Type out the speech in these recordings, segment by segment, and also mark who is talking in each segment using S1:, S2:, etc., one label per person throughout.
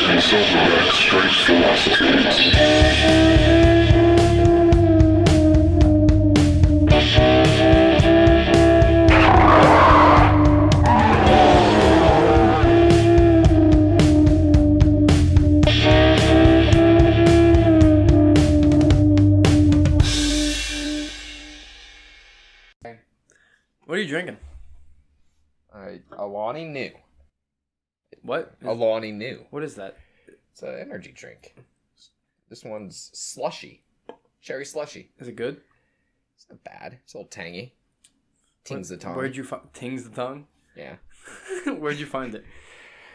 S1: Silverback strikes the last two.
S2: What are you drinking?
S3: I, Alani New.
S2: What? Is,
S3: Alani New.
S2: what is that?
S3: It's an energy drink. This one's slushy. Cherry slushy.
S2: Is it good?
S3: It's not bad. It's a little tangy. Tings the tongue.
S2: Where'd you find tings the tongue?
S3: Yeah.
S2: Where'd you find it?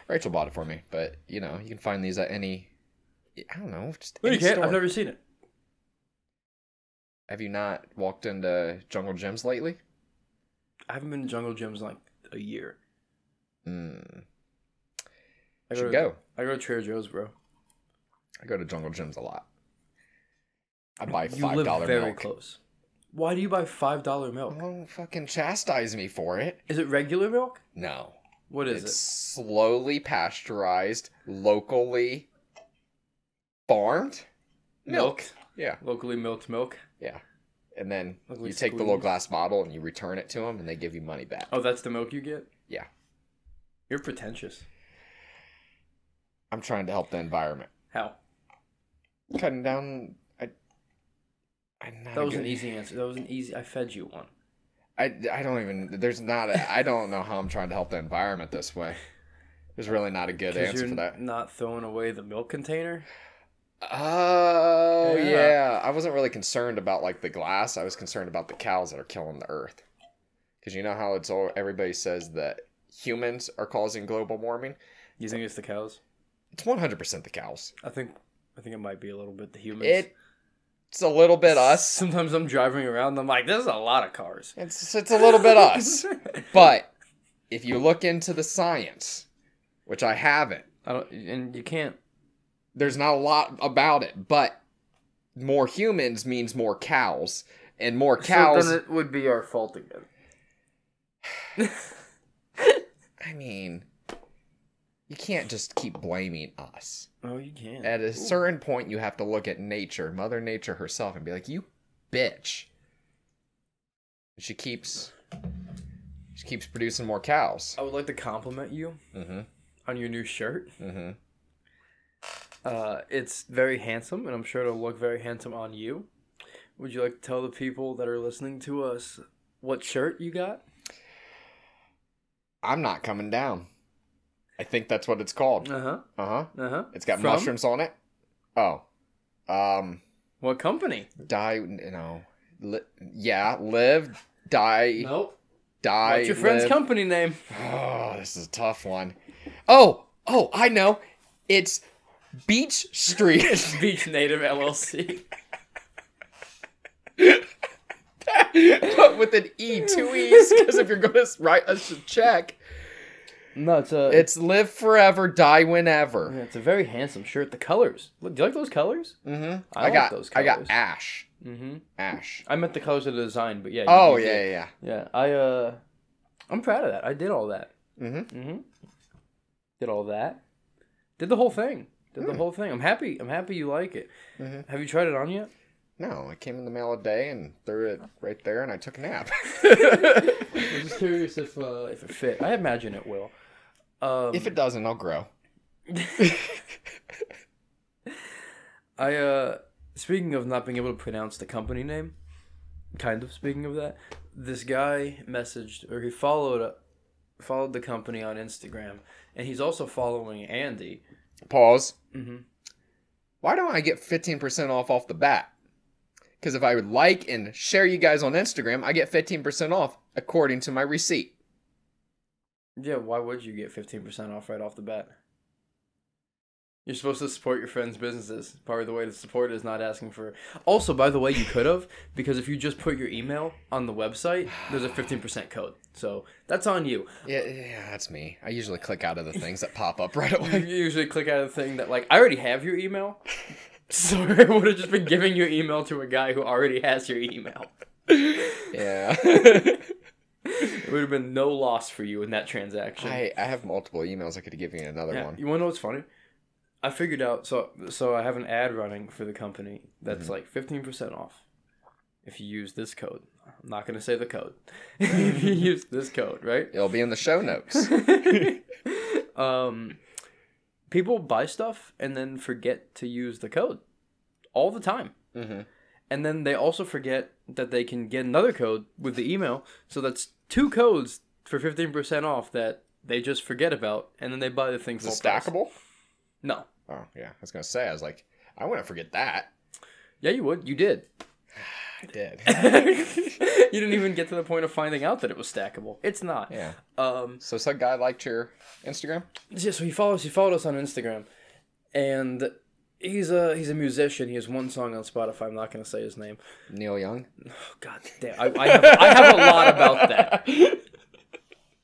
S3: Rachel bought it for me, but you know, you can find these at any I don't know, just
S2: No, you
S3: any
S2: can't.
S3: store.
S2: I've never seen it.
S3: Have you not walked into Jungle Gyms lately?
S2: I haven't been to Jungle Gyms in like a year.
S3: Mm.
S2: I
S3: Should
S2: to,
S3: go.
S2: I go to Trader Joe's, bro.
S3: I go to Jungle Gyms a lot. I buy
S2: You
S3: five
S2: live
S3: dollar
S2: very
S3: milk.
S2: close. Why do you buy five dollar milk?
S3: Don't fucking chastise me for it.
S2: Is it regular milk?
S3: No.
S2: What is
S3: it's slowly pasteurized, locally farmed
S2: it?
S3: Yeah,
S2: Locally milked milk.
S3: yeah. And then
S2: Locally
S3: you take the little
S2: squeezed.
S3: glass bottle and you return it to them, and they give you money back.
S2: Oh, that's the milk you get.
S3: Yeah,
S2: You're pretentious.
S3: I'm trying to help the environment.
S2: How?
S3: Cutting down. I. I'm not
S2: That
S3: a
S2: was an
S3: good-
S2: easy answer. That was an easy. I fed you one.
S3: I, I don't even. There's not. A, I don't know how I'm trying to help the environment this way. There's really not a good
S2: Because
S3: answer
S2: you're
S3: for that.
S2: not throwing away the milk container.
S3: Oh
S2: Yeah.
S3: yeah, I wasn't really concerned about like the glass. I was concerned about the cows that are killing the earth. Because you know how it's all everybody says that humans are causing global warming.
S2: You think it's the cows?
S3: It's one hundred percent the cows.
S2: I think. I think it might be a little bit the humans.
S3: It, it's a little bit us.
S2: Sometimes I'm driving around and I'm like, there's a lot of cars.
S3: It's it's a little bit us. But if you look into the science, which I haven't,
S2: I don't, and you can't.
S3: there's not a lot about it. But more humans means more cows, and more cows.
S2: So then it would be our fault again.
S3: I mean, you can't just keep blaming us.
S2: Oh, you can't.
S3: At a certain point, you have to look at nature, Mother Nature herself, and be like, "You bitch." She keeps, she keeps producing more cows.
S2: I would like to compliment you
S3: Mm-hmm.
S2: on your new shirt.
S3: Mm-hmm.
S2: Uh, it's very handsome, and I'm sure it'll look very handsome on you. Would you like to tell the people that are listening to us what shirt you got?
S3: I'm not coming down. I think that's what it's called.
S2: Uh huh.
S3: Uh huh.
S2: Uh huh.
S3: It's got
S2: From?
S3: mushrooms on it. Oh, um,
S2: What company?
S3: die. You know, li- yeah, live, die,
S2: Nope.
S3: die.
S2: What's your friend's
S3: live.
S2: company name?
S3: Oh, this is a tough one. Oh, oh, I know. It's Beach Street.
S2: Beach Native LLC.
S3: but with an E, two E's, because if you're going to write us a check,
S2: No, it's a.
S3: it's live forever, die whenever.
S2: Yeah, it's a very handsome shirt. The colors. Look, do you like those colors?
S3: Mm-hmm.
S2: I
S3: I,
S2: like
S3: got,
S2: those
S3: I
S2: colors.
S3: got Ash.
S2: Mm-hmm.
S3: Ash.
S2: I meant the colors of the design, but yeah. you-
S3: Oh,
S2: you
S3: yeah,
S2: did.
S3: yeah,
S2: Yeah, I uh, I'm proud of that. I did all that.
S3: yeah. Mm-hmm.
S2: Mm-hmm. Did all that. Did the whole thing. Did
S3: Hmm.
S2: the whole thing. I'm happy. I'm happy you like it.
S3: Mhm.
S2: Have you tried it on yet?
S3: No, it came in the mail a day and threw it right there, and I took a nap.
S2: I'm just curious if uh, if it fit. I imagine it will. Um,
S3: if it doesn't, I'll grow.
S2: I uh, speaking of not being able to pronounce the company name, kind of speaking of that, this guy messaged or he followed uh, followed the company on Instagram, and he's also following Andy.
S3: Pause.
S2: Mm-hmm.
S3: why don't I get 15% off off the bat? Because if I would like and share you guys on Instagram, I get 15% off according to my receipt.
S2: Yeah, why would you get 15% off right off the bat? You're supposed to support your friends' businesses. Probably the way to support it is not asking for. Also, by the way, you could have, because if you just put your email on the website, there's a 15% code. So that's on you.
S3: Yeah, yeah, that's me. I usually click out of the things that pop up right away.
S2: You usually click out of the thing that, like, I already have your email. So I would have just been giving your email to a guy who already has your email.
S3: Yeah.
S2: It would have been no loss for you in that transaction.
S3: I, I have multiple emails. I could give you another
S2: Yeah,
S3: one.
S2: You want to know what's funny? I figured out so so I have an ad running for the company that's
S3: Mm-hmm.
S2: like fifteen percent off if you use this code. I'm not gonna say the code. if you use this code, right?
S3: It'll be in the show notes.
S2: um, people buy stuff and then forget to use the code all the time.
S3: Mhm.
S2: And then they also forget that they can get another code with the email. So that's two codes for 15% off that they just forget about. And then they buy the thing
S3: Is it
S2: full price.
S3: stackable?
S2: No.
S3: Oh yeah, I was gonna say. I was like, I wouldn't forget that.
S2: Yeah, you would. You did.
S3: I did.
S2: you didn't even get to the point of finding out that it was stackable. It's not.
S3: yeah.
S2: Um,
S3: So some guy liked your Instagram.
S2: yeah, so he follows. He followed us on Instagram, and he's a he's a musician. He has one song on Spotify. I'm not gonna say his name.
S3: Neil Young.
S2: Oh, God damn! I, I, have, I have a lot about that.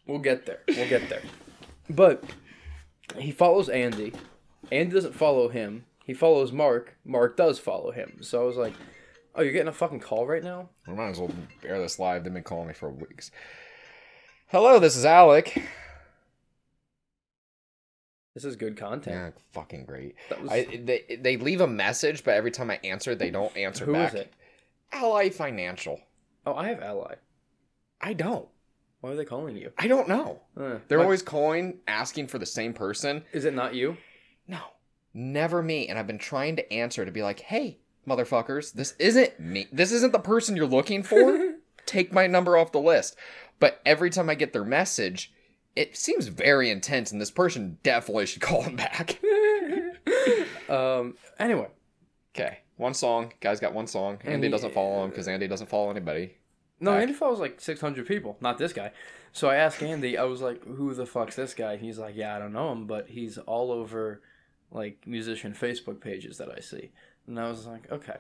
S2: We'll get there. We'll get there. But he follows Andy. Andy doesn't follow him. He follows Mark. Mark does follow him. So I was like, "Oh, you're getting a fucking call right now."
S3: We might as well air this live. They've been calling me for weeks. Hello, this is Alec.
S2: This is good content.
S3: Yeah, fucking great.
S2: That was-
S3: I, they they leave a message, but every time I answer, they don't answer
S2: Who
S3: back.
S2: is it?
S3: Ally Financial.
S2: Oh, I have Ally.
S3: I don't.
S2: Why are they calling you?
S3: I don't know.
S2: Uh,
S3: They're
S2: my-
S3: always calling, asking for the same person.
S2: Is it not you?
S3: No, never me. And I've been trying to answer to be like, hey, motherfuckers, this isn't me. This isn't the person you're looking for. Take my number off the list. But every time I get their message, it seems very intense, and this person definitely should call them back.
S2: um. Anyway,
S3: okay, one song. Guys got one song. Andy
S2: Andy-
S3: doesn't follow him because Andy doesn't follow anybody.
S2: no,
S3: Back.
S2: Andy follows like 600 people. Not this guy. So I asked Andy. I was like, "Who the fuck's this guy?" He's like, "Yeah, I don't know him, but he's all over like musician Facebook pages that I see." And I was like, "Okay."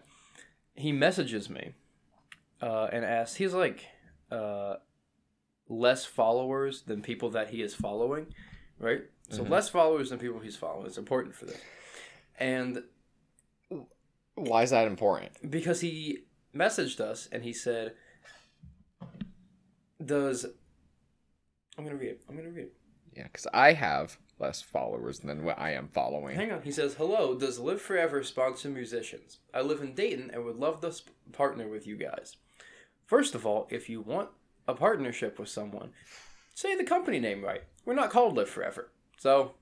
S2: He messages me, uh, and asks. He's like, uh, less followers than people that he is following, right? So
S3: Mm-hmm.
S2: less followers than people he's following. It's important for this. And
S3: Why is that important?
S2: because he messaged us and he said, "Does I'm gonna read it? I'm gonna read it.
S3: Yeah, because I have less followers than what I am following.
S2: Hang on." He says, "Hello, does Live Forever sponsor musicians? I live in Dayton and would love to sp- partner with you guys. First of all, if you want a partnership with someone, say the company name right. We're not called Live Forever, so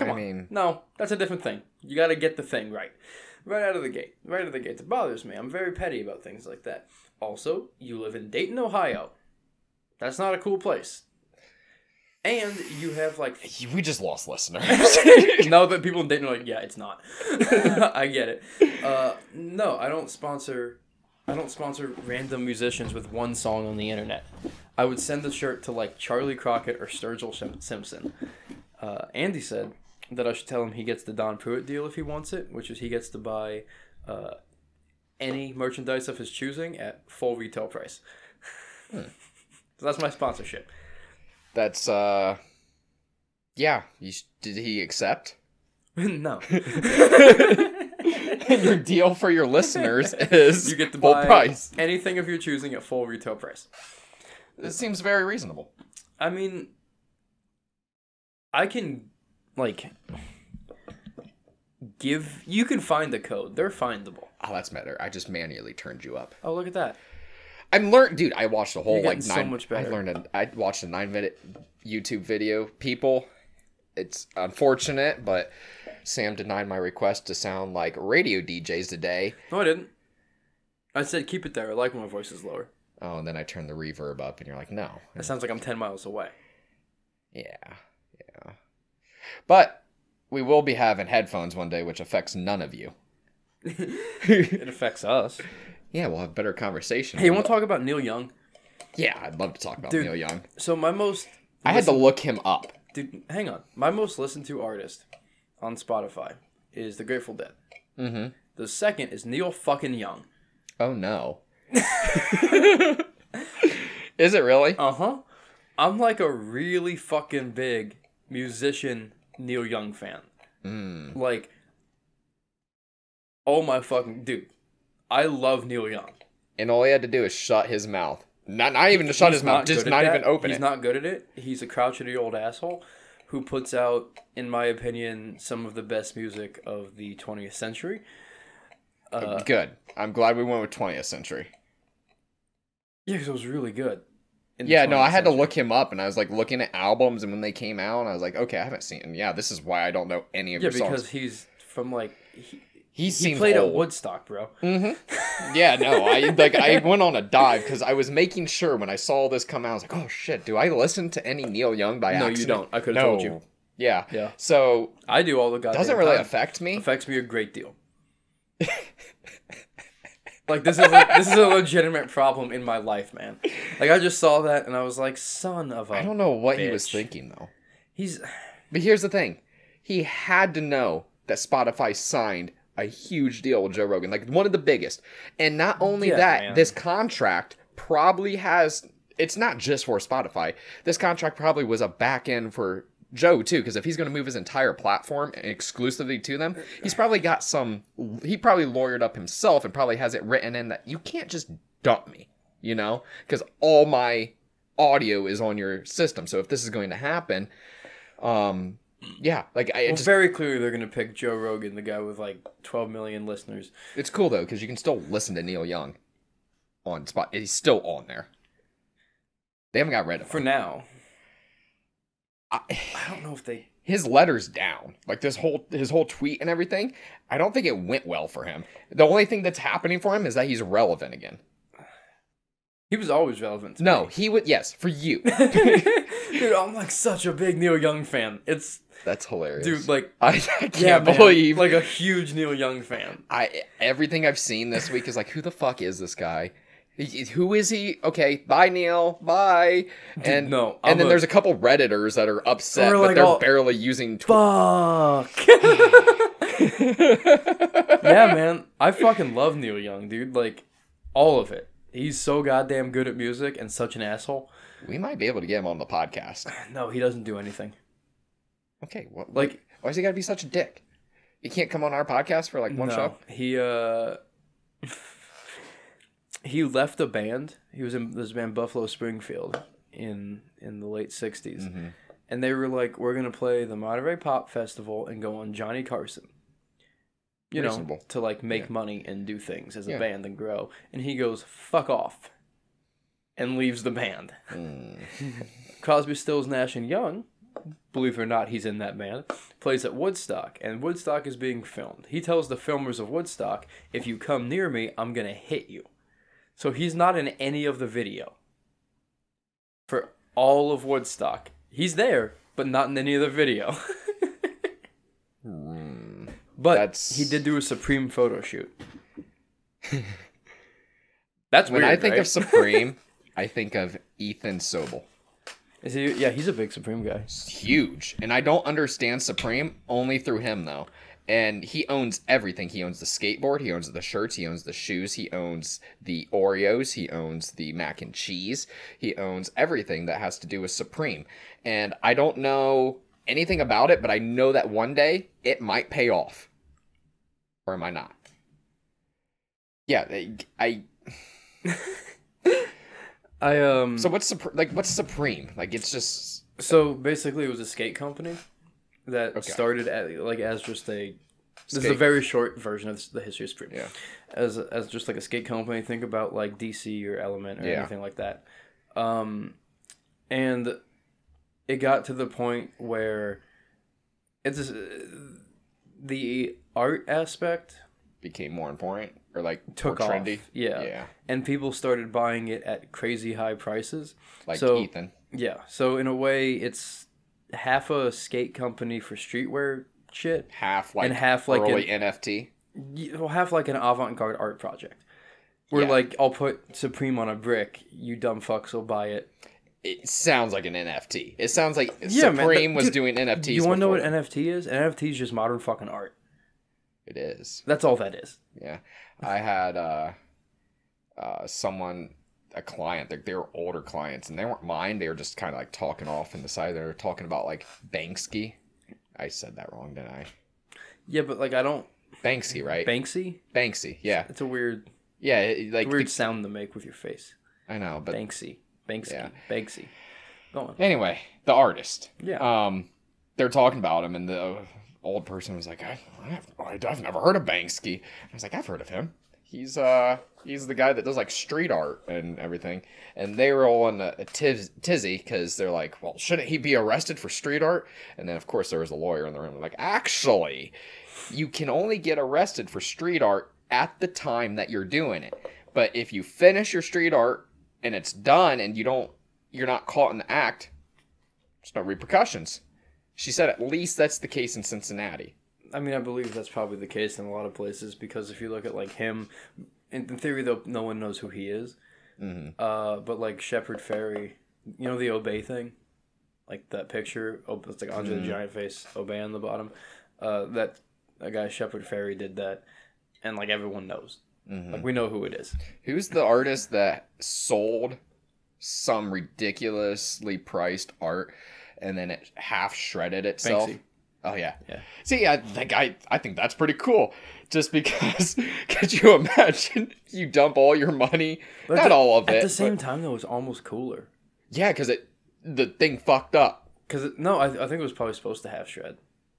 S3: I
S2: on.
S3: mean,
S2: No, that's a different thing. You got to get the thing right. Right out of the gate. Right out of the gate. It bothers me. I'm very petty about things like that. Also, you live in Dayton, Ohio. That's not a cool place. And you have like.
S3: we just lost listeners.
S2: no, but people in Dayton are like, yeah, it's not. I get it. Uh, no, I don't sponsor. I don't sponsor random musicians with one song on the internet. I would send the shirt to like Charlie Crockett or Sturgill Sim- Simpson. Uh, Andy said that I should tell him he gets the Don Pruitt deal if he wants it, which is he gets to buy uh, any merchandise of his choosing at full retail price. so that's my sponsorship.
S3: That's uh, yeah. You, sh- did he accept?
S2: no.
S3: your deal for your listeners is
S2: You get to
S3: full
S2: buy
S3: price.
S2: anything of your choosing at full retail price.
S3: It seems very reasonable.
S2: I mean, I can like give. You can find the code. They're findable.
S3: Oh, that's better. I just manually turned you up.
S2: Oh, look at that.
S3: I'm learned, dude. I watched a whole
S2: You're
S3: like
S2: getting so
S3: nine.
S2: much better.
S3: I learned. A, I watched a nine minute YouTube video. People, it's unfortunate, but Sam denied my request to sound like radio DJs today.
S2: No, I didn't. I said keep it there. I like when my voice is lower.
S3: Oh, and then I turned the reverb up, and you're like, no.
S2: That sounds like I'm ten miles away.
S3: Yeah, yeah. But we will be having headphones one day, which affects none of you.
S2: It affects us.
S3: Yeah, we'll have better conversation.
S2: Hey, you want to talk about Neil Young?
S3: Yeah, I'd love to talk about
S2: Dude,
S3: Neil Young.
S2: So my most
S3: I had to look him up.
S2: dude, hang on. My most listened to artist on Spotify is The Grateful Dead.
S3: Mm-hmm.
S2: The second is Neil fucking Young.
S3: Oh no. Is it really?
S2: Uh huh. I'm like a really fucking big musician Neil Young fan.
S3: Mm.
S2: Like, oh my fucking dude, I love Neil Young.
S3: And all he had to do is shut his mouth. Not not even to shut
S2: He's
S3: his mouth.
S2: not
S3: Just
S2: good at
S3: not
S2: that.
S3: even open
S2: He's
S3: it.
S2: not good at it. He's a crouchety old asshole who puts out, in my opinion, some of the best music of the 20th century. Uh,
S3: Good. I'm glad we went with 20th century.
S2: yeah, 'cause it was really good. in the
S3: Yeah, no, I
S2: 20th
S3: had to
S2: century.
S3: look him up, and I was like looking at albums, and when they came out, and I was like, okay, I haven't seen. And yeah, this is why I don't know any of
S2: Yeah,
S3: your songs.
S2: because he's from like he,
S3: He,
S2: he
S3: seems
S2: played
S3: old.
S2: at Woodstock, bro.
S3: Mm-hmm. Yeah, no, I like I went on a dive because I was making sure when I saw this come out, I was like, oh shit, do I listen to any Neil Young by
S2: No, you
S3: accident?
S2: don't. I could've
S3: No.
S2: told you.
S3: Yeah.
S2: Yeah.
S3: So
S2: I do all the goddamn.
S3: doesn't really
S2: time.
S3: affect me.
S2: affects me a great deal. like this is a, this is a legitimate problem in my life, man. Like I just saw that and I was like, son of a.
S3: I don't know what he was
S2: Bitch.
S3: thinking though.
S2: He's
S3: But here's the thing. He had to know that Spotify signed a huge deal with Joe Rogan, like one of the biggest. And not only
S2: Yeah,
S3: that,
S2: man.
S3: this contract probably has it's not just for Spotify. This contract probably was a back end for Joe too, because if he's going to move his entire platform exclusively to them, he's probably got some. He probably lawyered up himself and probably has it written in that you can't just dump me, you know, because all my audio is on your system. So if this is going to happen, um, yeah, like I it
S2: well,
S3: just
S2: very clearly they're gonna pick Joe Rogan, the guy with like 12 million listeners.
S3: It's cool though because you can still listen to Neil Young on spot. He's still on there. They haven't got rid of
S2: For
S3: him.
S2: now,
S3: I-
S2: I don't know if they.
S3: his letters down, like this whole his whole tweet and everything. I don't think it went well for him. The only thing that's happening for him is that he's relevant again.
S2: He was always relevant. To
S3: No, he would yes for you.
S2: me. dude, I'm like such a big Neil Young fan. It's
S3: That's hilarious,
S2: dude, like
S3: I, I can't
S2: yeah, man,
S3: believe
S2: like a huge Neil Young fan.
S3: I everything I've seen this week is like, who the fuck is this guy? He- Who is he? Okay, bye Neil, bye. And
S2: no, I'm
S3: and then
S2: a-
S3: there's a couple redditors that are upset
S2: We're
S3: that
S2: like
S3: they're
S2: all-
S3: barely using. Tw-
S2: Fuck. yeah, man. I fucking love Neil Young, dude. Like, all of it. He's so goddamn good at music and such an asshole.
S3: we might be able to get him on the podcast.
S2: No, he doesn't do anything.
S3: Okay, what?
S2: Like,
S3: Why's he got to be such a dick? He can't come on our podcast for like one
S2: no.
S3: show.
S2: He, uh. he left the band. He was in this band Buffalo Springfield in in the late 60s.
S3: Mm-hmm.
S2: And they were like, we're going to play the Monterey Pop Festival and go on Johnny Carson. You
S3: Reasonable.
S2: know, to like make
S3: Yeah.
S2: money and do things as a
S3: Yeah.
S2: band and grow. And he goes, fuck off. And leaves the band.
S3: Mm.
S2: Crosby, Stills, Nash, and Young, believe it or not, he's in that band, plays at Woodstock. And Woodstock is being filmed. He tells the filmers of Woodstock, if you come near me, I'm going to hit you. So he's not in any of the video for all of Woodstock. He's there, but not in any of the video. but
S3: Hmm. That's-
S2: he did do a Supreme photo shoot. That's
S3: When
S2: weird,
S3: I think
S2: right?
S3: of Supreme, I think of Ethan Sobel.
S2: Is he, yeah, he's a big Supreme guy.
S3: huge. And I don't understand Supreme only through him though. And he owns everything. He owns the skateboard, he owns the shirts, he owns the shoes, he owns the Oreos, he owns the mac and cheese, he owns everything that has to do with Supreme. And I don't know anything about it, but I know that one day it might pay off. Or am I not? Yeah, they- I
S2: I um
S3: so what's Supre- like what's Supreme? Like it's just
S2: So basically, it was a skate company that started at, like as just a. This is a
S3: Skate.
S2: very short version of the history of Supreme.
S3: Yeah.
S2: As as just like a skate company, think about like DC or Element or
S3: Yeah.
S2: anything like that. Um, and it got to the point where it's just, the art aspect
S3: became more important or like
S2: took
S3: more
S2: off.
S3: trendy.
S2: Yeah.
S3: Yeah.
S2: And people started buying it at crazy high prices.
S3: Like
S2: So-
S3: Ethan.
S2: Yeah. So in a way, it's half a skate company for streetwear shit,
S3: half like
S2: and half like
S3: early
S2: an,
S3: NFT.
S2: y- well, half like an avant-garde art project. Where
S3: Yeah.
S2: like I'll put Supreme on a brick, you dumb fucks will buy it.
S3: It sounds like an NFT. It sounds like
S2: Yeah, man,
S3: Supreme
S2: that-
S3: was
S2: dude,
S3: doing NFTs.
S2: you want to know what
S3: before.
S2: NFT is? NFT is just modern fucking art.
S3: it is?
S2: That's all that is.
S3: Yeah, I had uh, uh, someone, a client. They, they were older clients, and they weren't mine. They were just kind of like talking off in the side. They were talking about like Banksy. I said that wrong, didn't I?
S2: Yeah, but like I don't
S3: Banksy, right?
S2: Banksy.
S3: Banksy. Yeah,
S2: It's a weird,
S3: yeah. it- like
S2: weird sound to make with your face.
S3: the- I know, but
S2: Banksy, Banksy,
S3: Yeah.
S2: Banksy. Go on.
S3: Anyway, the artist.
S2: Yeah.
S3: Um, they're talking about him, and the old person was like, I, I've, I've never heard of Banksy. I was like, I've heard of him. He's uh he's the guy that does like street art and everything. And they were all in a, a tiz- tizzy because they're like, well, shouldn't he be arrested for street art? And then of course there was a lawyer in the room. Like, actually, you can only get arrested for street art at the time that you're doing it. But if you finish your street art and it's done and you don't you're not caught in the act, there's no uh, repercussions. She said at least that's the case in Cincinnati.
S2: I mean, I believe that's probably the case in a lot of places because if you look at like him, in, in theory though, no one knows who he is.
S3: Mm-hmm.
S2: Uh, but like Shepard Ferry, you know the obey thing, like that picture. Oh, it's like Andre
S3: Mm-hmm.
S2: the Giant face obey on the bottom. Uh, that a guy Shepard Ferry did that, and like everyone knows.
S3: Mm-hmm.
S2: Like we know who it is.
S3: Who's the artist that sold some ridiculously priced art and then it half shredded itself?
S2: Banksy.
S3: Oh yeah.
S2: Yeah.
S3: See, I think I I think that's pretty cool. Just because could you imagine you dump all your money?
S2: But
S3: not
S2: the-
S3: all of
S2: At
S3: it.
S2: the same
S3: but,
S2: time though, it's almost cooler.
S3: yeah, because it the thing fucked up.
S2: Cause it, no, I, I think it was probably supposed to have shred.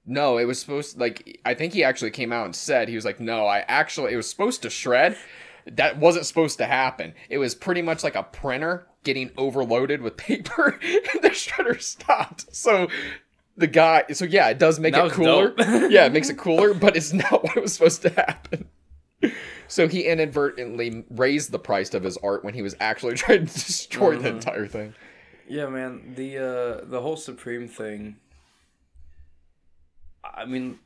S3: No, it was supposed like I think he actually came out and said he was like, No, I actually it was supposed to shred. That wasn't supposed to happen. It was pretty much like a printer getting overloaded with paper and the shredder stopped. So the guy so yeah, it does make
S2: That
S3: it
S2: was
S3: cooler.
S2: dope.
S3: yeah, it makes it cooler, but it's not what was supposed to happen. So he inadvertently raised the price of his art when he was actually trying to destroy the
S2: Mm-hmm.
S3: entire thing.
S2: Yeah, man. The uh the whole Supreme thing. I mean,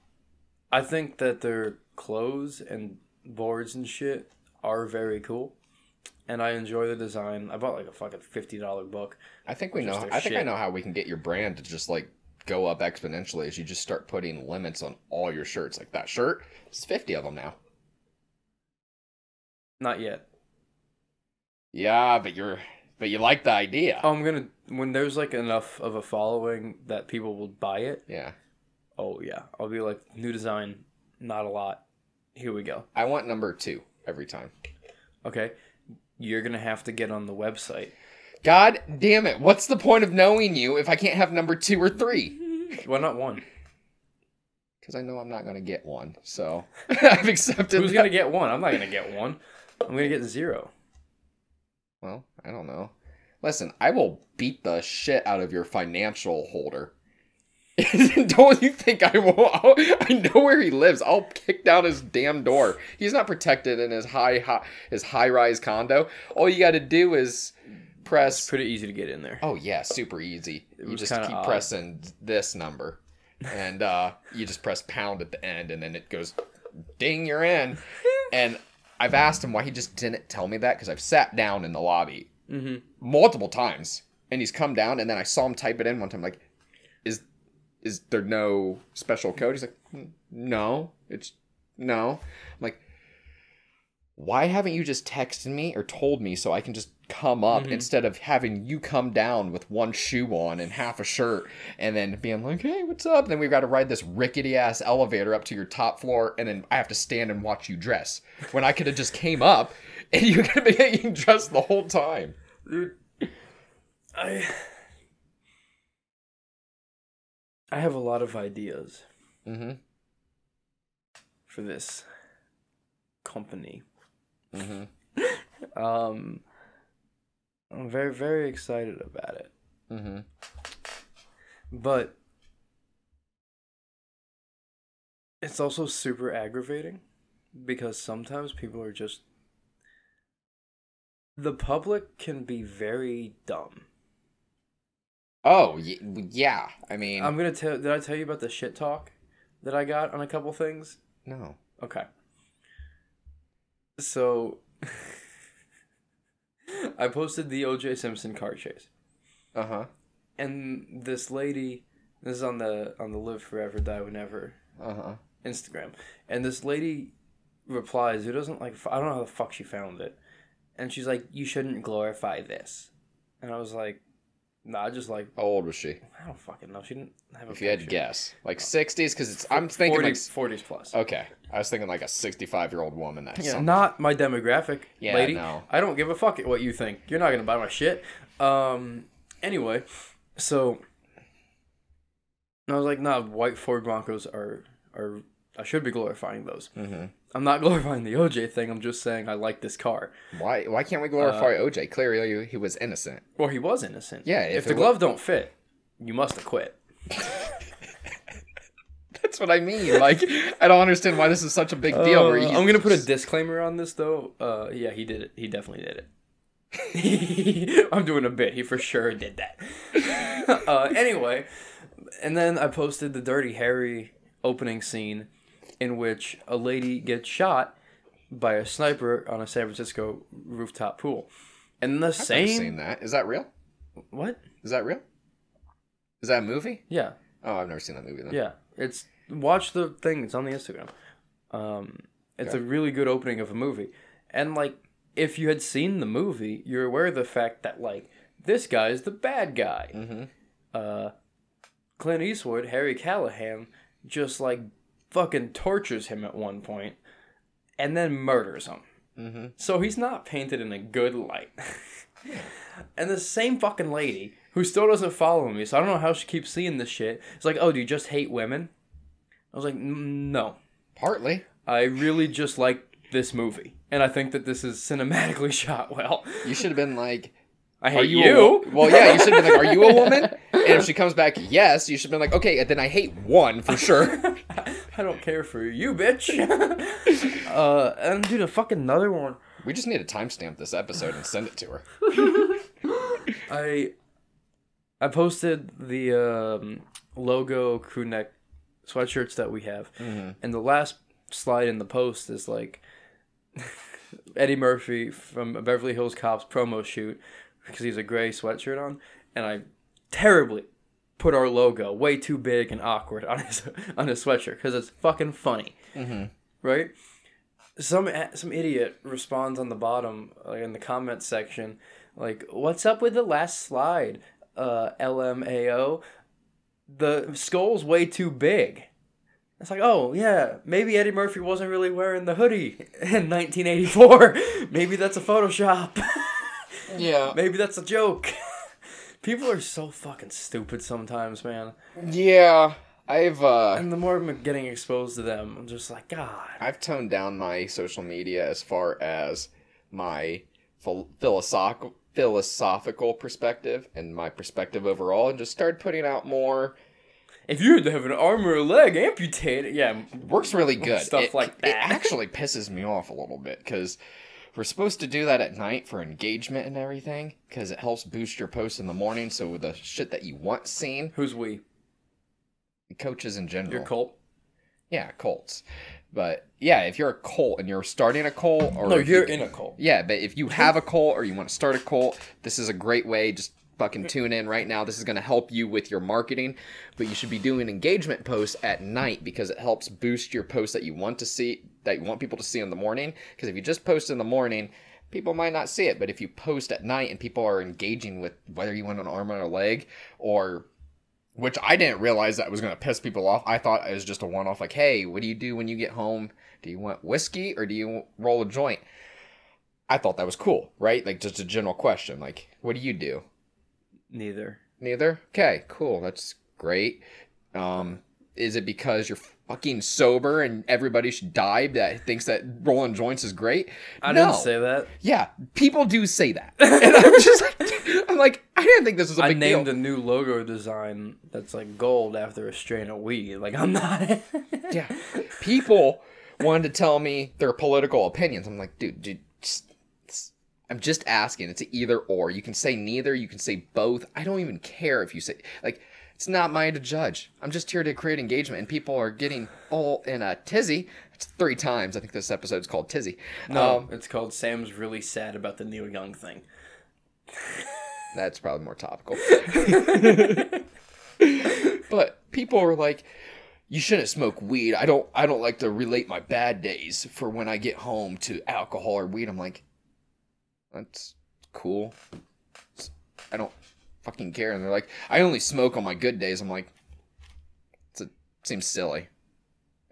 S2: I think that their clothes and boards and shit are very cool, and I enjoy the design. I bought like a fucking fifty dollar book.
S3: I think we know.
S2: their
S3: I think I
S2: shit.
S3: know how we can get your brand to just like go up exponentially as you just start putting limits on all your shirts. Like that shirt, there's fifty of them now.
S2: Not yet.
S3: Yeah, but you're, but you like the idea.
S2: Oh, I'm gonna when there's like enough of a following that people will buy it.
S3: Yeah,
S2: Oh yeah, I'll be like new design, not a lot. Here we go.
S3: I want number two every time.
S2: Okay, you're gonna have to get on the website.
S3: God damn it! What's the point of knowing you if I can't have number two or three?
S2: Why not one?
S3: Because I know I'm not gonna get one. So I've accepted.
S2: Who's
S3: that.
S2: gonna get one? I'm not gonna get one. I'm gonna get zero.
S3: Well, I don't know. Listen, I will beat the shit out of your financial holder. don't you think I will? I'll, I know where he lives. I'll kick down his damn door. He's not protected in his high, high his high rise condo. All you got to do is
S2: It's
S3: press.
S2: pretty easy to get in there.
S3: Oh yeah, super easy. You
S2: was
S3: just
S2: kinda
S3: keep
S2: odd.
S3: pressing this number, and uh, you just press pound at the end, and then it goes, ding, you're in. And I've asked him why he just didn't tell me that because I've sat down in the lobby
S2: Mm-hmm.
S3: multiple times and he's come down and then i saw him type it in one time like is is there no special code he's like "N- no it's no i'm like why haven't you just texted me or told me so i can just come up instead of having you come down with one shoe on and half a shirt and then being like hey what's up then we've got to ride this rickety ass elevator up to your top floor and then i have to stand and watch you dress when i could have just came up and you could have been getting dressed the whole time
S2: Dude, I I have a lot of ideas
S3: Mm-hmm.
S2: for this company.
S3: Mm-hmm.
S2: Um, I'm very very excited about it,
S3: Mm-hmm.
S2: but it's also super aggravating because sometimes people are just the public can be very dumb.
S3: Oh y- yeah. I mean,
S2: I'm gonna tell. Did I tell you about the shit talk that I got on a couple things?
S3: no.
S2: Okay. So, I posted the O.J. Simpson car chase,
S3: Uh huh.
S2: and this lady, this is on the on the Live Forever Die Whenever
S3: Uh huh.
S2: Instagram, and this lady replies who doesn't like I don't know how the fuck she found it, and she's like, "You shouldn't glorify this," and I was like, "Nah, I just like
S3: How old was she?
S2: I don't fucking know. She didn't have a
S3: If you had to
S2: picture.
S3: guess, like sixties, because it's. I'm thinking
S2: 40,
S3: like.
S2: 40s plus.
S3: Okay, I was thinking like a sixty-five-year-old woman. That's
S2: Yeah,
S3: something.
S2: not my demographic,
S3: Yeah,
S2: lady.
S3: no.
S2: I don't give a fuck what you think. You're not gonna buy my shit. Um. Anyway, so And I was like, nah, white Ford Broncos are are I should be glorifying those.
S3: Mm-hmm.
S2: I'm not glorifying the OJ thing. I'm just saying I like this car.
S3: Why? Why can't we
S2: Uh,
S3: glorify OJ? Clearly, he was innocent.
S2: Well, he was innocent.
S3: Yeah,
S2: If,
S3: if
S2: the
S3: it wa-
S2: glove don't fit, you must acquit.
S3: That's what I mean. Like, I don't understand why this is such a big deal. where
S2: Uh,
S3: he's
S2: I'm gonna put a disclaimer on this though. Uh, yeah, he did it. He definitely did it. I'm doing a bit. He for sure did that. uh, anyway, and then I posted the Dirty Harry opening scene, in which a lady gets shot by a sniper on a San Francisco rooftop pool, and the
S3: I've never
S2: same
S3: seen that. Is that real?
S2: what?
S3: Is that real? Is that a movie?
S2: Yeah,
S3: Oh, I've never seen that movie. Then.
S2: yeah. It's watch the thing. It's on the Instagram. Um, it's a really good opening of a movie, and like if you had seen the movie, you're aware of the fact that like this guy is the bad guy.
S3: Mm-hmm.
S2: Uh, Clint Eastwood, Harry Callahan, just like fucking tortures him at one point, and then murders him.
S3: Mm-hmm.
S2: So he's not painted in a good light. and the same fucking lady who still doesn't follow me, so I don't know how she keeps seeing this shit. It's like, oh, do you just hate women? I was like, "N- no,
S3: Partly.
S2: I really just like this movie, and I think that this is cinematically shot well.
S3: You should have been like,
S2: I hate
S3: "Are
S2: you.
S3: you?" a wo- well, yeah. You should have been like, "Are you a woman?" And if she comes back, yes, you should have been like, "Okay, then I hate one for sure."
S2: I don't care for you, bitch. uh, and dude, a fucking another one.
S3: we just need to timestamp this episode and send it to her.
S2: I I posted the um, logo crew neck sweatshirts that we have, and the last slide in the post is like Eddie Murphy from Beverly Hills Cops promo shoot because he's a gray sweatshirt on, and I terribly put our logo way too big and awkward on his on his sweatshirt because it's fucking funny, right? some eh, some idiot responds on the bottom like in the comments section like what's up with the last slide uh lmao the skull's way too big it's like oh yeah maybe eddie murphy wasn't really wearing the hoodie in 1984 maybe that's a photoshop
S3: Yeah.
S2: maybe that's a joke people are so fucking stupid sometimes man
S3: Yeah. I've uh,
S2: and the more i'm getting exposed to them i'm just like god
S3: I've toned down my social media as far as my phil- philosophical philosophical perspective and my perspective overall, and just started putting out more
S2: if you had to have an arm or a leg amputated yeah
S3: works really good.
S2: Stuff
S3: It-
S2: like
S3: It
S2: that.
S3: actually pisses me off a little bit because we're supposed to do that at night for engagement and everything because it helps boost your posts in the morning. So the shit that you want seen,
S2: who's we
S3: coaches in general.
S2: Your cult?
S3: Yeah, cults. But yeah, if you're a cult and you're starting a cult, or
S2: No,
S3: if
S2: you're
S3: you-
S2: in a cult.
S3: Yeah, but if you have a cult or you want to start a cult, this is a great way. Just fucking tune in right now. This is going to help you with your marketing, but you should be doing engagement posts at night because it helps boost your posts that you want to see, that you want people to see in the morning. Because if you just post in the morning, people might not see it. But if you post at night and people are engaging with whether you want an arm or a leg or which I didn't realize that was going to piss people off. I thought it was just a one off, like, hey, what do you do when you get home? Do you want whiskey or do you roll a joint? I thought that was cool, right? Like, just a general question, like, what do you do?
S2: Neither.
S3: Neither? Okay, cool. That's great. Um, is it because you're fucking sober and everybody should die that thinks that rolling joints is great?
S2: I
S3: no.
S2: didn't say that.
S3: Yeah, people do say that. And I'm just like, I'm like, I didn't think this was a
S2: I
S3: big deal.
S2: named a new logo design that's like gold after a strain of weed. Like I'm not.
S3: yeah. People wanted to tell me their political opinions. I'm like, dude, dude, just, it's- I'm just asking. It's a either or. You can say neither. You can say both. I don't even care if you say like. It's not mine to judge. I'm just here to create engagement, and people are getting all in a tizzy. It's three times. I think this episode's called tizzy.
S2: no,
S3: um,
S2: it's called Sam's really sad about the Neil Young thing.
S3: that's probably more topical. but people are like, you shouldn't smoke weed. I don't I don't like to relate my bad days for when I get home to alcohol or weed. I'm like, that's cool. It's- I don't fucking care. And they're like, I only smoke on my good days. I'm like, it's a, seems silly.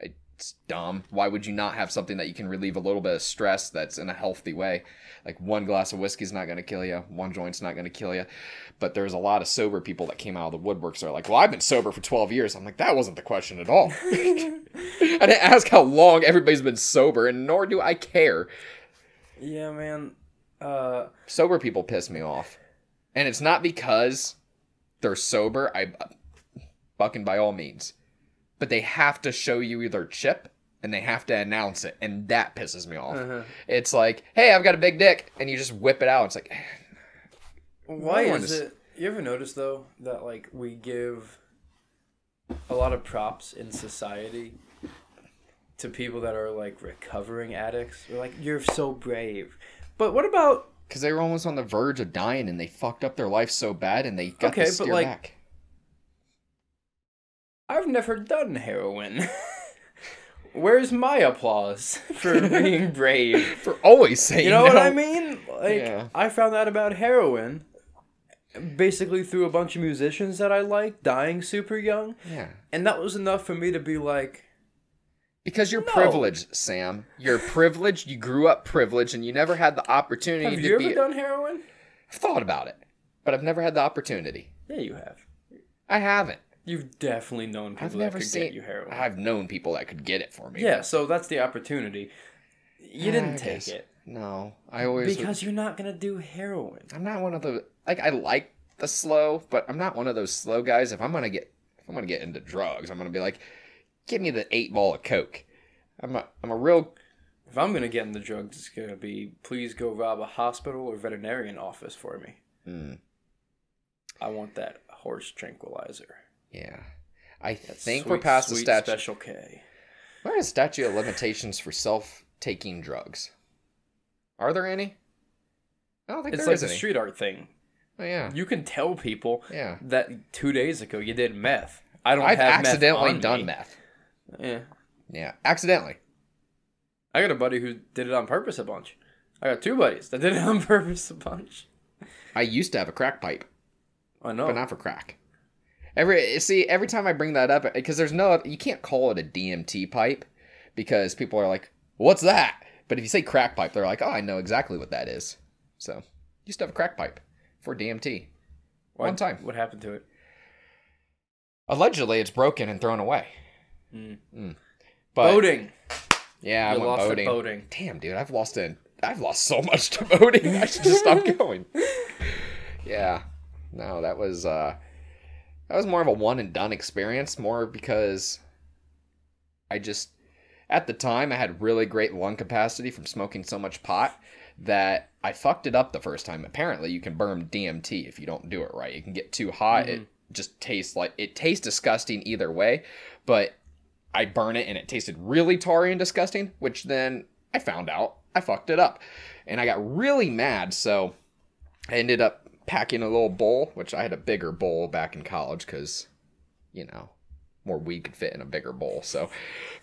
S3: I it's dumb. Why would you not have something that you can relieve a little bit of stress that's in a healthy way? Like one glass of whiskey's not going to kill you, one joint's not going to kill you. But there's a lot of sober people that came out of the woodworks that are like, well, I've been sober for 12 years. I'm like, that wasn't the question at all. I didn't ask how long everybody's been sober, and nor do I care.
S2: yeah, man. Uh,
S3: Sober people piss me off. And it's not because they're sober. I fucking by all means. But they have to show you either chip and they have to announce it. And that pisses me off.
S2: uh-huh.
S3: It's like, hey, I've got a big dick. And you just whip it out. It's like,
S2: Why
S3: No one
S2: is
S3: is-
S2: it? You ever notice though that like we give a lot of props in society to people that are like recovering addicts? We're like, you're so brave. But what about
S3: because they were almost on the verge of dying and they fucked up their life so bad and they got
S2: Okay,
S3: okay,
S2: but,
S3: steer
S2: like-
S3: back.
S2: I've never done heroin. Where's my applause for being brave?
S3: For always saying
S2: You know what
S3: no.
S2: I mean? Like
S3: Yeah.
S2: I found out about heroin basically through a bunch of musicians that I like dying super young,
S3: Yeah.
S2: and that was enough for me to be like,
S3: Because you're
S2: No.
S3: privileged, Sam. You're privileged. You grew up privileged and you never had the opportunity
S2: have
S3: to
S2: you ever
S3: be.
S2: done heroin?
S3: I've thought about it, but I've never had the opportunity.
S2: Yeah, you have.
S3: I haven't.
S2: You've definitely known people
S3: I've
S2: that
S3: never
S2: could
S3: seen.
S2: get you heroin.
S3: I've known people that could get it for me.
S2: yeah, so that's the opportunity. You
S3: Yeah,
S2: didn't
S3: I
S2: take
S3: guess.
S2: it
S3: No, I always.
S2: because you're not gonna do heroin.
S3: I'm not one of the like. I like the slow, but I'm not one of those slow guys. If I'm gonna get, if I'm gonna get into drugs, I'm gonna be like, give me the eight ball of coke. I'm a, I'm a real.
S2: If I'm gonna get in the drugs, it's gonna be please go rob a hospital or veterinarian office for me.
S3: Mm,
S2: I want that horse tranquilizer.
S3: yeah, I
S2: That
S3: think
S2: sweet,
S3: we're past the
S2: sweet
S3: statute.
S2: Special K.
S3: Where is statute of limitations for self taking drugs? Are there any? I don't think
S2: It's
S3: there
S2: like
S3: is
S2: the
S3: any.
S2: street art thing.
S3: Oh, yeah,
S2: You can tell people
S3: yeah.
S2: that two days ago you did meth. I don't.
S3: I've
S2: have
S3: accidentally
S2: meth on
S3: done
S2: me.
S3: meth.
S2: Yeah,
S3: Yeah, accidentally.
S2: I got a buddy who did it on purpose a bunch. I got two buddies that did it on purpose a bunch.
S3: I used to have a crack pipe,
S2: I know.
S3: but not for crack. Every see, every time I bring that up, because there's no, you can't call it a DMT pipe, because people are like, "What's that?" But if you say crack pipe, they're like, "Oh, I know exactly what that is." So, used to have a crack pipe for DMT.
S2: Why-
S3: one time.
S2: What happened to it?
S3: Allegedly, it's broken and thrown away.
S2: Mm.
S3: Mm. But
S2: boating.
S3: yeah,
S2: I
S3: I went
S2: lost
S3: boating.
S2: it boating.
S3: Damn, dude, I've lost in. I've lost so much to voting. I should just stop going. Yeah, no, that was uh, that was more of a one and done experience, more because I just at the time I had really great lung capacity from smoking so much pot that I fucked it up the first time. Apparently, you can burn DMT if you don't do it right. You can get too hot. It just tastes like it tastes disgusting either way, but I burn it and it tasted really tarry and disgusting, which then I found out I fucked it up. And I got really mad, so I ended up packing a little bowl, which I had a bigger bowl back in college because, you know, more weed could fit in a bigger bowl. So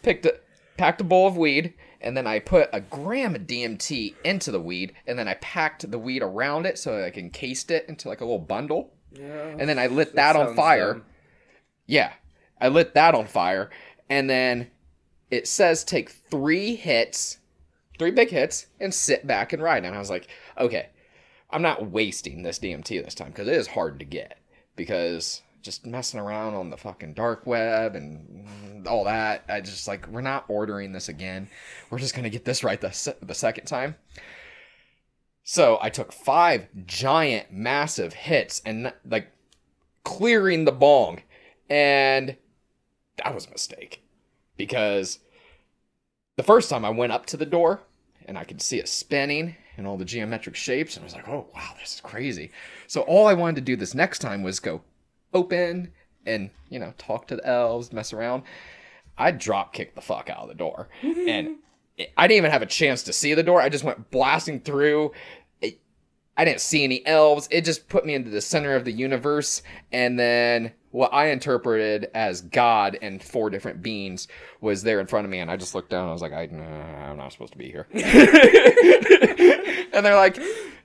S3: picked a packed a bowl of weed and then I put a gram of DMT into the weed and then I packed the weed around it so I like encased it into like a little bundle.
S2: Yeah.
S3: And then I lit that,
S2: uh,
S3: on fire. Yeah. I lit that on fire. And then it says take three hits, three big hits, and sit back and ride. And I was like, okay, I'm not wasting this DMT this time because it is hard to get. Because just messing around on the fucking dark web and all that, I just like, we're not ordering this again. We're just going to get this right the, se- the second time. So I took five giant, massive hits and like clearing the bong. And that was a mistake because the first time I went up to the door and I could see it spinning and all the geometric shapes, and I was like, oh, wow, this is crazy. So all I wanted to do this next time was go open and, you know, talk to the elves, mess around. I drop kicked the fuck out of the door. and it- I didn't even have a chance to see the door. I just went blasting through. It- I didn't see any elves. It just put me into the center of the universe. And then what I interpreted as God and four different beings was there in front of me. And I just looked down. And I was like, I, nah, I'm not supposed to be here. and they're like,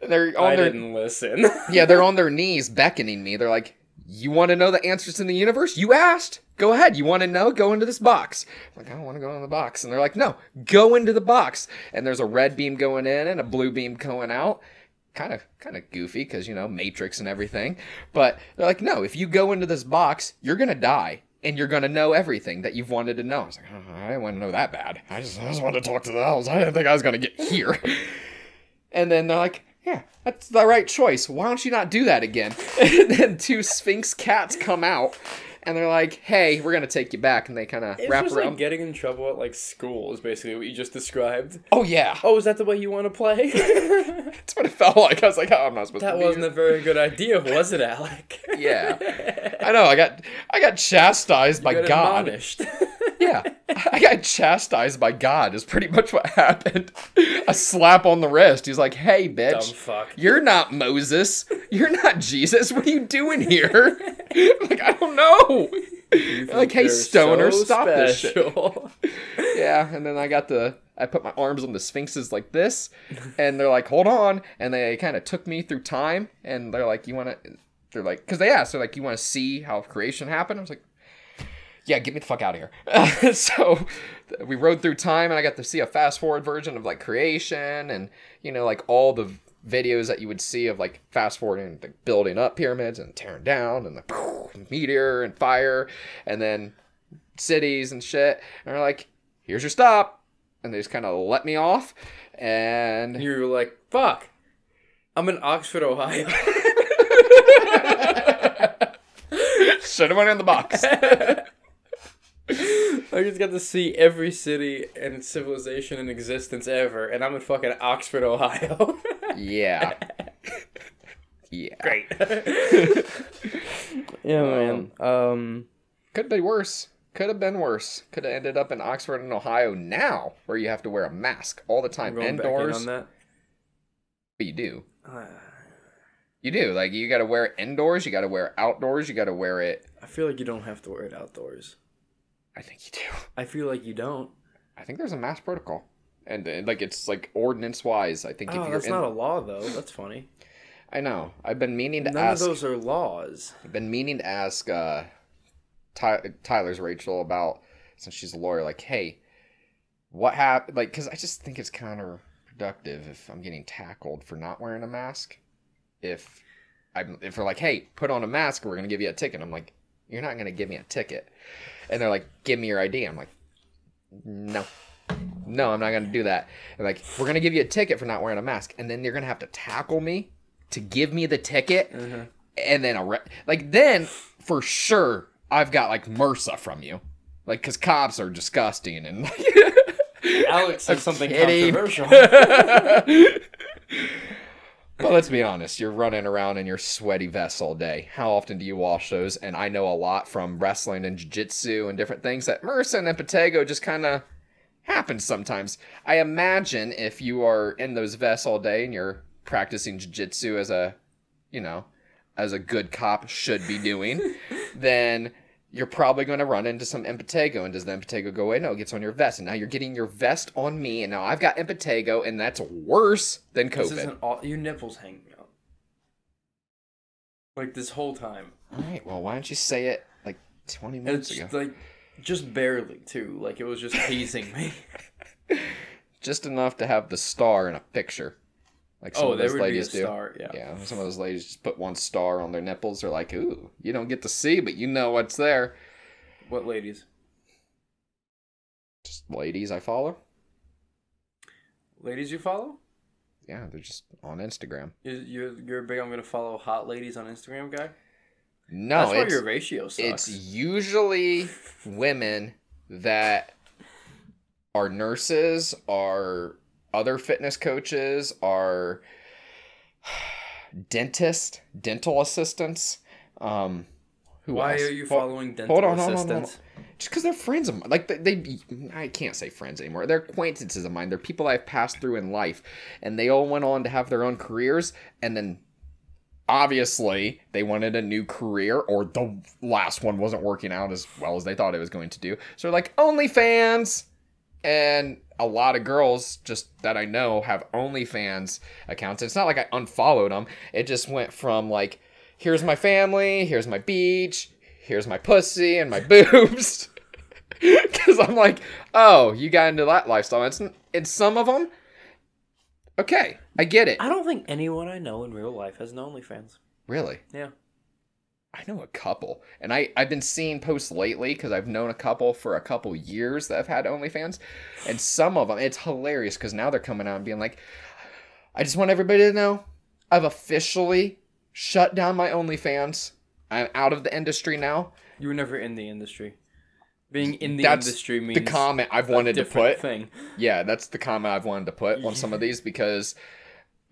S3: they're on
S2: I
S3: their
S2: didn't listen.
S3: yeah, they're on their knees beckoning me. They're like, You want to know the answers to the universe? You asked. Go ahead. You want to know? Go into this box. I'm like, I don't want to go in the box. And they're like, no, go into the box. And there's a red beam going in and a blue beam going out. Kind of, kind of goofy because you know Matrix and everything. But they're like, no, if you go into this box, you're gonna die and you're gonna know everything that you've wanted to know. I was like, oh, I didn't want to know that bad. I just, I just wanted to talk to the elves. I didn't think I was gonna get here. And then they're like, yeah, that's the right choice. Why don't you not do that again? and then two Sphinx cats come out and they're like, hey, we're going to take you back. And they kind of
S2: It's
S3: wrap
S2: just
S3: around.
S2: like getting in trouble at like school is basically what you just described.
S3: oh, yeah.
S2: Oh, is that the way you want to play?
S3: That's what it felt like. I was like, oh, I'm not supposed to
S2: that
S3: be
S2: wasn't
S3: here.
S2: a very good idea, was it, Alec?
S3: Yeah. I know. I got I got chastised by
S2: Got
S3: God.
S2: admonished.
S3: Yeah. I got chastised by God is pretty much what happened. A slap on the wrist. He's like, hey, bitch.
S2: Dumb fuck.
S3: You're not Moses. You're not Jesus. What are you doing here? I'm like, I don't know. like, hey,
S2: You're
S3: stoner,
S2: so
S3: stop this shit.
S2: special.
S3: Yeah, and then I got the, I put my arms on the sphinxes like this, and they're like, hold on. And they kind of took me through time, and they're like, you want to, they're like, because they asked, they're like, you want to see how creation happened? I was like, yeah, get me the fuck out of here. so we rode through time, and I got to see a fast forward version of like creation, and you know, like all the videos that you would see of like fast forwarding, like building up pyramids and tearing down, and the meteor and fire, and then cities and shit. And they're like, "Here's your stop," and they just kind of let me off, and
S2: You were like, fuck. I'm in Oxford, Ohio.
S3: should have went in the box.
S2: I just got to see every city and civilization in existence ever, and I'm in fucking Oxford, Ohio.
S3: yeah. Yeah.
S2: Great. yeah, man. Um,
S3: Could have been worse. Could have been worse. Could have ended up in Oxford and Ohio now, where you have to wear a mask all the
S2: I'm
S3: time
S2: going
S3: indoors.
S2: back in on
S3: But you do.
S2: that. Uh,
S3: You do. Like you got to wear it indoors. You got to wear it outdoors. You got to wear it.
S2: I feel like you don't have to wear it outdoors.
S3: I think you do.
S2: I feel like you don't.
S3: I think there's a mask protocol, and, and like it's like ordinance wise. I think if
S2: Oh,
S3: you're
S2: that's
S3: in,
S2: not a law though. That's funny.
S3: I know. I've been meaning to
S2: None
S3: ask.
S2: of those are laws.
S3: been meaning to ask uh, Ty- Tyler's Rachel about since she's a lawyer. Like, hey, what happened? Like, because I just think it's counterproductive if I'm getting tackled for not wearing a mask. If I'm, if they're like, hey, put on a mask, or we're gonna give you a ticket. I'm like, you're not gonna give me a ticket. And they're like, give me your ID. I'm like, no. No, I'm not gonna do that. They're like, we're gonna give you a ticket for not wearing a mask, and then you're gonna have to tackle me to give me the ticket and then a re- like then for sure I've got like MRSA from you, like because cops are disgusting and
S2: Alex said something
S3: kidding.
S2: controversial.
S3: well let's be honest, you're running around in your sweaty vests all day. How often do you wash those? And I know a lot from wrestling and jiu-jitsu and different things that MRSA and impetigo just kind of happens sometimes. I imagine if you are in those vests all day and you're practicing jiu-jitsu as a, you know, as a good cop should be doing, then you're probably going to run into some impetigo. And does the impetigo go away? No, it gets on your vest. And now you're getting your vest on me. And now I've got impetigo, and that's worse than
S2: this
S3: COVID.
S2: isn't all. Your nipples hanging out. Like this whole time.
S3: All right. Well, why don't you say it like 20
S2: And
S3: minutes
S2: it's
S3: ago?
S2: like just barely too. Like it was just teasing me.
S3: Just enough to have the star in a picture. Like some
S2: oh,
S3: of
S2: there
S3: those
S2: would be a
S3: ladies do.
S2: star. Yeah.
S3: Yeah, some of those ladies just put one star on their nipples. They're like, ooh, you don't get to see, but you know what's there.
S2: What ladies?
S3: Just ladies I follow.
S2: Ladies you follow?
S3: Yeah, they're just on Instagram.
S2: You- You're you're a big. I'm gonna follow hot ladies on Instagram, guy.
S3: No,
S2: That's why
S3: it's,
S2: your ratio sucks.
S3: it's usually women that are nurses, are other fitness coaches, are dentists, dental assistants. Um, who
S2: why
S3: else?
S2: are you
S3: Well,
S2: following dental
S3: hold on, hold on,
S2: assistants?
S3: hold on, hold just because they're friends of mine. Like they, they, I can't say friends anymore. They're acquaintances of mine. They're people I've passed through in life, and they all went on to have their own careers. And then, obviously, they wanted a new career, or the last one wasn't working out as well as they thought it was going to do. So they're like OnlyFans, and a lot of girls just that I know have OnlyFans accounts. It's not like I unfollowed them. It just went from like here's my family, here's my beach, here's my pussy and my boobs. Because I'm like, oh, you got into that lifestyle. It's, it's some of them. Okay, I get it.
S2: I don't think anyone I know in real life has an OnlyFans.
S3: Really?
S2: Yeah.
S3: I know a couple, and I I've been seeing posts lately because I've known a couple for a couple years that have had OnlyFans, and some of them it's hilarious because now they're coming out and being like, I just want everybody to know I've officially shut down my OnlyFans. I'm out of the industry now.
S2: You were never in the industry. Being in the
S3: That's
S2: industry means
S3: The comment I've
S2: a
S3: wanted to
S2: different
S3: put,
S2: thing.
S3: yeah, that's the comment I've wanted to put on some of these because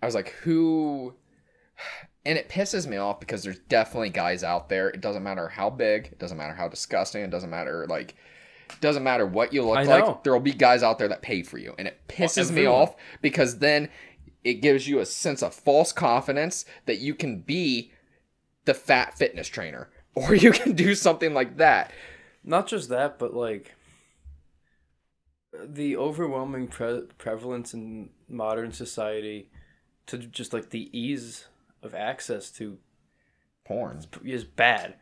S3: I was like, who? And it pisses me off because there's definitely guys out there. It doesn't matter how big, it doesn't matter how disgusting, it doesn't matter like, it doesn't matter what you
S2: I
S3: look
S2: know.
S3: like. There will be guys out there that pay for you, and it pisses me
S2: everyone.
S3: off because then it gives you a sense of false confidence that you can be the fat fitness trainer or you can do something like that.
S2: Not just that, but like the overwhelming pre- prevalence in modern society to just like the ease of access to
S3: Porn,
S2: is bad.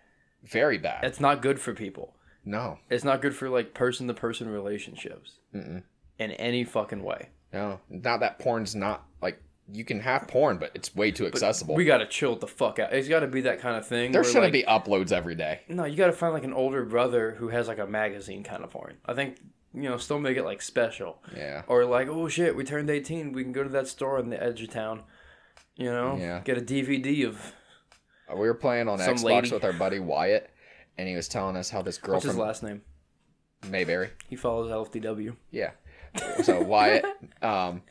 S3: very bad.
S2: It's not good for people.
S3: no,
S2: It's not good for like person to person relationships
S3: Mm-mm.
S2: in any fucking way.
S3: No, not that porn's not like you can have porn, but it's way too
S2: But
S3: accessible.
S2: We gotta chill the fuck out. It's gotta be that kind of thing.
S3: there
S2: where, like,
S3: shouldn't be uploads every day.
S2: No, you gotta find like an older brother who has like a magazine kind of porn. I think you know still make it like special
S3: Yeah,
S2: or like oh shit we turned eighteen we can go to that store on the edge of town, you know
S3: Yeah.
S2: get a DVD of
S3: we were playing on
S2: Some
S3: Xbox
S2: lady.
S3: with our buddy Wyatt, and he was telling us how this girl
S2: what's
S3: from
S2: his last name?
S3: Mayberry,
S2: He follows LFDW.
S3: yeah. So Wyatt, um,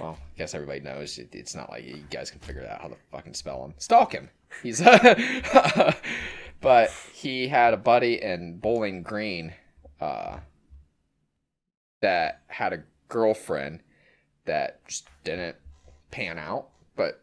S3: well, I guess everybody knows it- it's not like you guys can figure out how to fucking spell him. Stalk him. He's, but he had a buddy in Bowling Green, uh, that had a girlfriend that just didn't pan out, but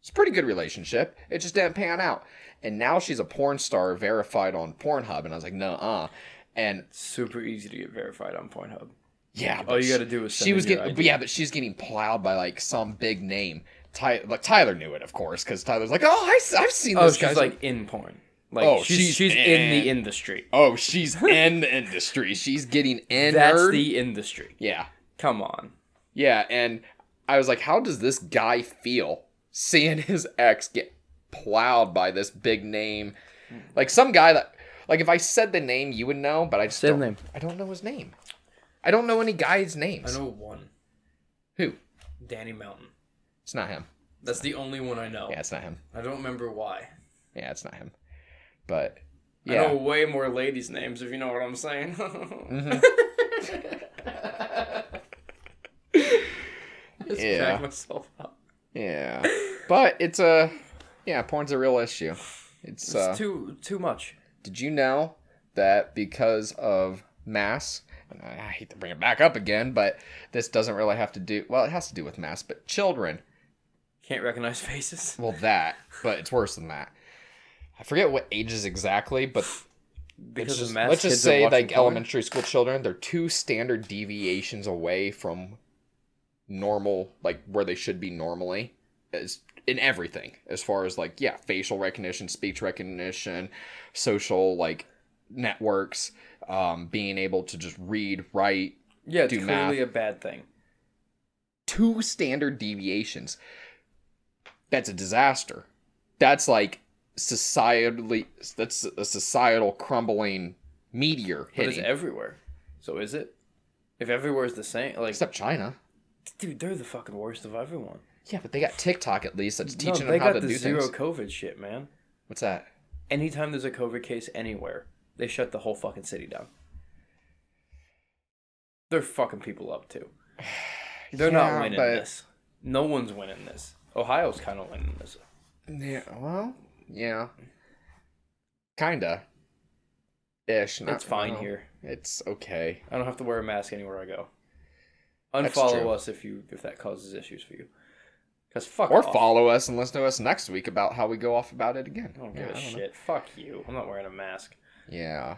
S3: it's a pretty good relationship. It just didn't pan out. And now she's a porn star verified on Pornhub. And I was like, no, uh. And
S2: Super easy to get verified on Pornhub.
S3: yeah.
S2: All
S3: but
S2: you
S3: she-
S2: gotta do is send
S3: she was
S2: in your
S3: getting,
S2: ID.
S3: but yeah, but she's getting plowed by like some big name. Ty, like Tyler knew it, of course, because Tyler's like, oh, I, have seen
S2: Oh,
S3: this
S2: she's
S3: guy's
S2: like in porn. Like
S3: Oh,
S2: she's
S3: she's
S2: she's, in
S3: in-
S2: the industry.
S3: oh, she's in the industry. She's getting in.
S2: That's
S3: nerd.
S2: the industry.
S3: yeah,
S2: Come on.
S3: yeah. And I was like, how does this guy feel seeing his ex get plowed by this big name, like some guy that, like, if I said the name, you would know, but I just
S2: Say the
S3: don't,
S2: name.
S3: I don't know his name. I don't know any guy's names.
S2: one.
S3: Who?
S2: Danny Mountain.
S3: It's not him.
S2: That's the only one I know.
S3: Yeah, it's not him.
S2: I don't remember why.
S3: Yeah, it's not him. But
S2: I
S3: yeah,
S2: know way more ladies' names, if you know what I'm saying.
S3: Mm-hmm.
S2: Just
S3: Yeah.
S2: crack myself up.
S3: yeah. But it's a yeah, porn's a real issue.
S2: It's
S3: It's, uh,
S2: too too much.
S3: did you know that because of mass, and I I hate to bring it back up again, but this doesn't really have to do well. It has to do with mass, but children.
S2: Can't recognize faces.
S3: Well, that, but it's worse than that. I forget what ages exactly, but
S2: Because
S3: let's
S2: of
S3: just,
S2: mass
S3: let's just
S2: kids are
S3: say
S2: watching
S3: like
S2: porn.
S3: elementary school children they're two standard deviations away from normal like where they should be normally as in everything as far as like yeah facial recognition speech recognition social like networks um, being able to just read write
S2: Yeah, it's
S3: do
S2: clearly a bad thing.
S3: two standard deviations that's a disaster that's like societally that's a societal crumbling meteor
S2: But
S3: hitting
S2: it's everywhere. So is it? If everywhere's the same, like,
S3: except China.
S2: dude, they're the fucking worst of everyone.
S3: Yeah, but they got TikTok at least. That's
S2: No,
S3: teaching
S2: they
S3: them how
S2: got
S3: to
S2: the
S3: do
S2: zero
S3: things.
S2: COVID shit, man.
S3: What's that?
S2: Anytime there's a COVID case anywhere, they shut the whole fucking city down. They're fucking people up too. They're
S3: Yeah,
S2: not winning
S3: but-
S2: this. No one's winning this. Ohio's kind of winning this.
S3: Yeah. Well. Yeah. Kinda. Ish. not-
S2: It's fine
S3: no.
S2: here.
S3: It's okay.
S2: I don't have to wear a mask anywhere I go.
S3: That's
S2: Unfollow
S3: true.
S2: us if you if that causes issues for you. Cause fuck
S3: Or
S2: off.
S3: follow us and listen to us next week about how we go off about it again.
S2: I don't
S3: yeah,
S2: give a
S3: I don't know.
S2: shit. Fuck you. I'm not wearing a mask.
S3: Yeah.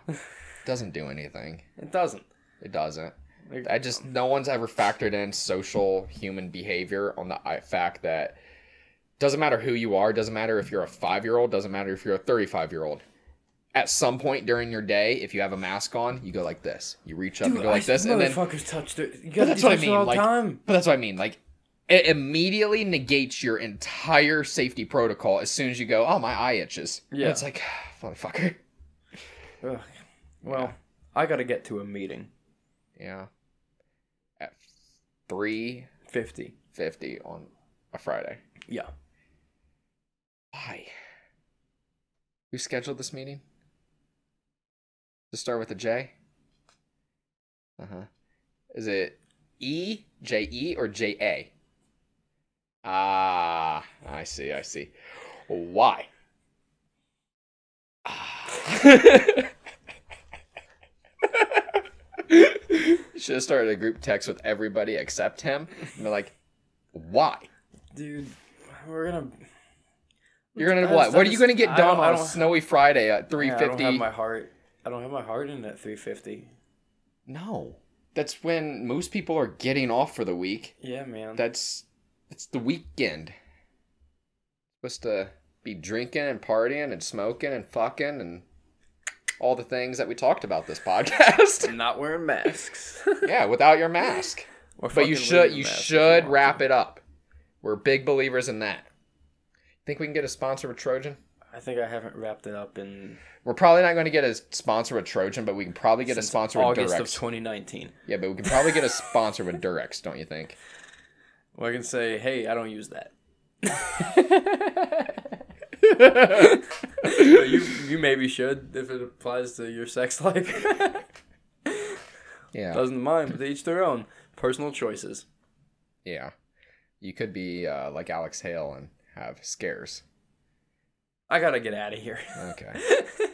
S3: doesn't do anything.
S2: It doesn't.
S3: It doesn't.
S2: Like,
S3: I just no one's ever factored in social human behavior on the i- fact that Doesn't matter who you are, doesn't matter if you're a five year old, doesn't matter if you're a 35 year old. At some point during your day, if you have a mask on, you go like this. You reach up and go like this, and then. But
S2: motherfuckers touched it. You gotta
S3: that's what I
S2: touch it all
S3: mean.
S2: the
S3: Like,
S2: time.
S3: but that's what I mean. Like, it immediately negates your entire safety protocol as soon as you go, oh, my eye itches. And
S2: Yeah.
S3: it's like, motherfucker.
S2: Ugh. Well, I gotta get to a meeting.
S3: Yeah. At 3.50
S2: Fifty.
S3: on a Friday.
S2: Yeah.
S3: Why? Who scheduled this meeting? To start with a J? Uh huh. Is it E, J E, or J A? Ah, I see, I see. Why? Ah. Should have started a group text with everybody except him. And they're like, why?
S2: Dude, we're gonna.
S3: You're gonna
S2: I
S3: what?
S2: just-
S3: What are
S2: I
S3: you gonna
S2: just-
S3: get
S2: I don't-
S3: done
S2: I
S3: on a
S2: don't-
S3: snowy Friday at three
S2: Yeah, I don't
S3: fifty?
S2: have my heart. I don't have my heart in at three fifty.
S3: No, that's when most people are getting off for the week.
S2: Yeah, man.
S3: That's it's the weekend. Supposed to be drinking and partying and smoking and fucking and all the things that we talked about this podcast.
S2: I'm not wearing masks.
S3: yeah, without your mask.
S2: Or
S3: But you
S2: fucking
S3: should
S2: leaving
S3: you
S2: masks if
S3: should
S2: want
S3: wrap
S2: to.
S3: it up. We're big believers in that. Think we can get a sponsor with Trojan?
S2: I think I haven't wrapped it up in
S3: We're probably not going to get a sponsor with Trojan, but we can probably get a sponsor with
S2: August of
S3: Durex.
S2: 2019.
S3: Yeah, but we can probably get a sponsor with Durex, don't you think?
S2: Well, I can say, hey, I don't use that. But you you maybe should if it applies to your sex life.
S3: yeah.
S2: Doesn't mind, but they each their own. Personal choices.
S3: Yeah. You could be uh, like Alex Hale and have scares.
S2: I gotta get out of here.
S3: Okay.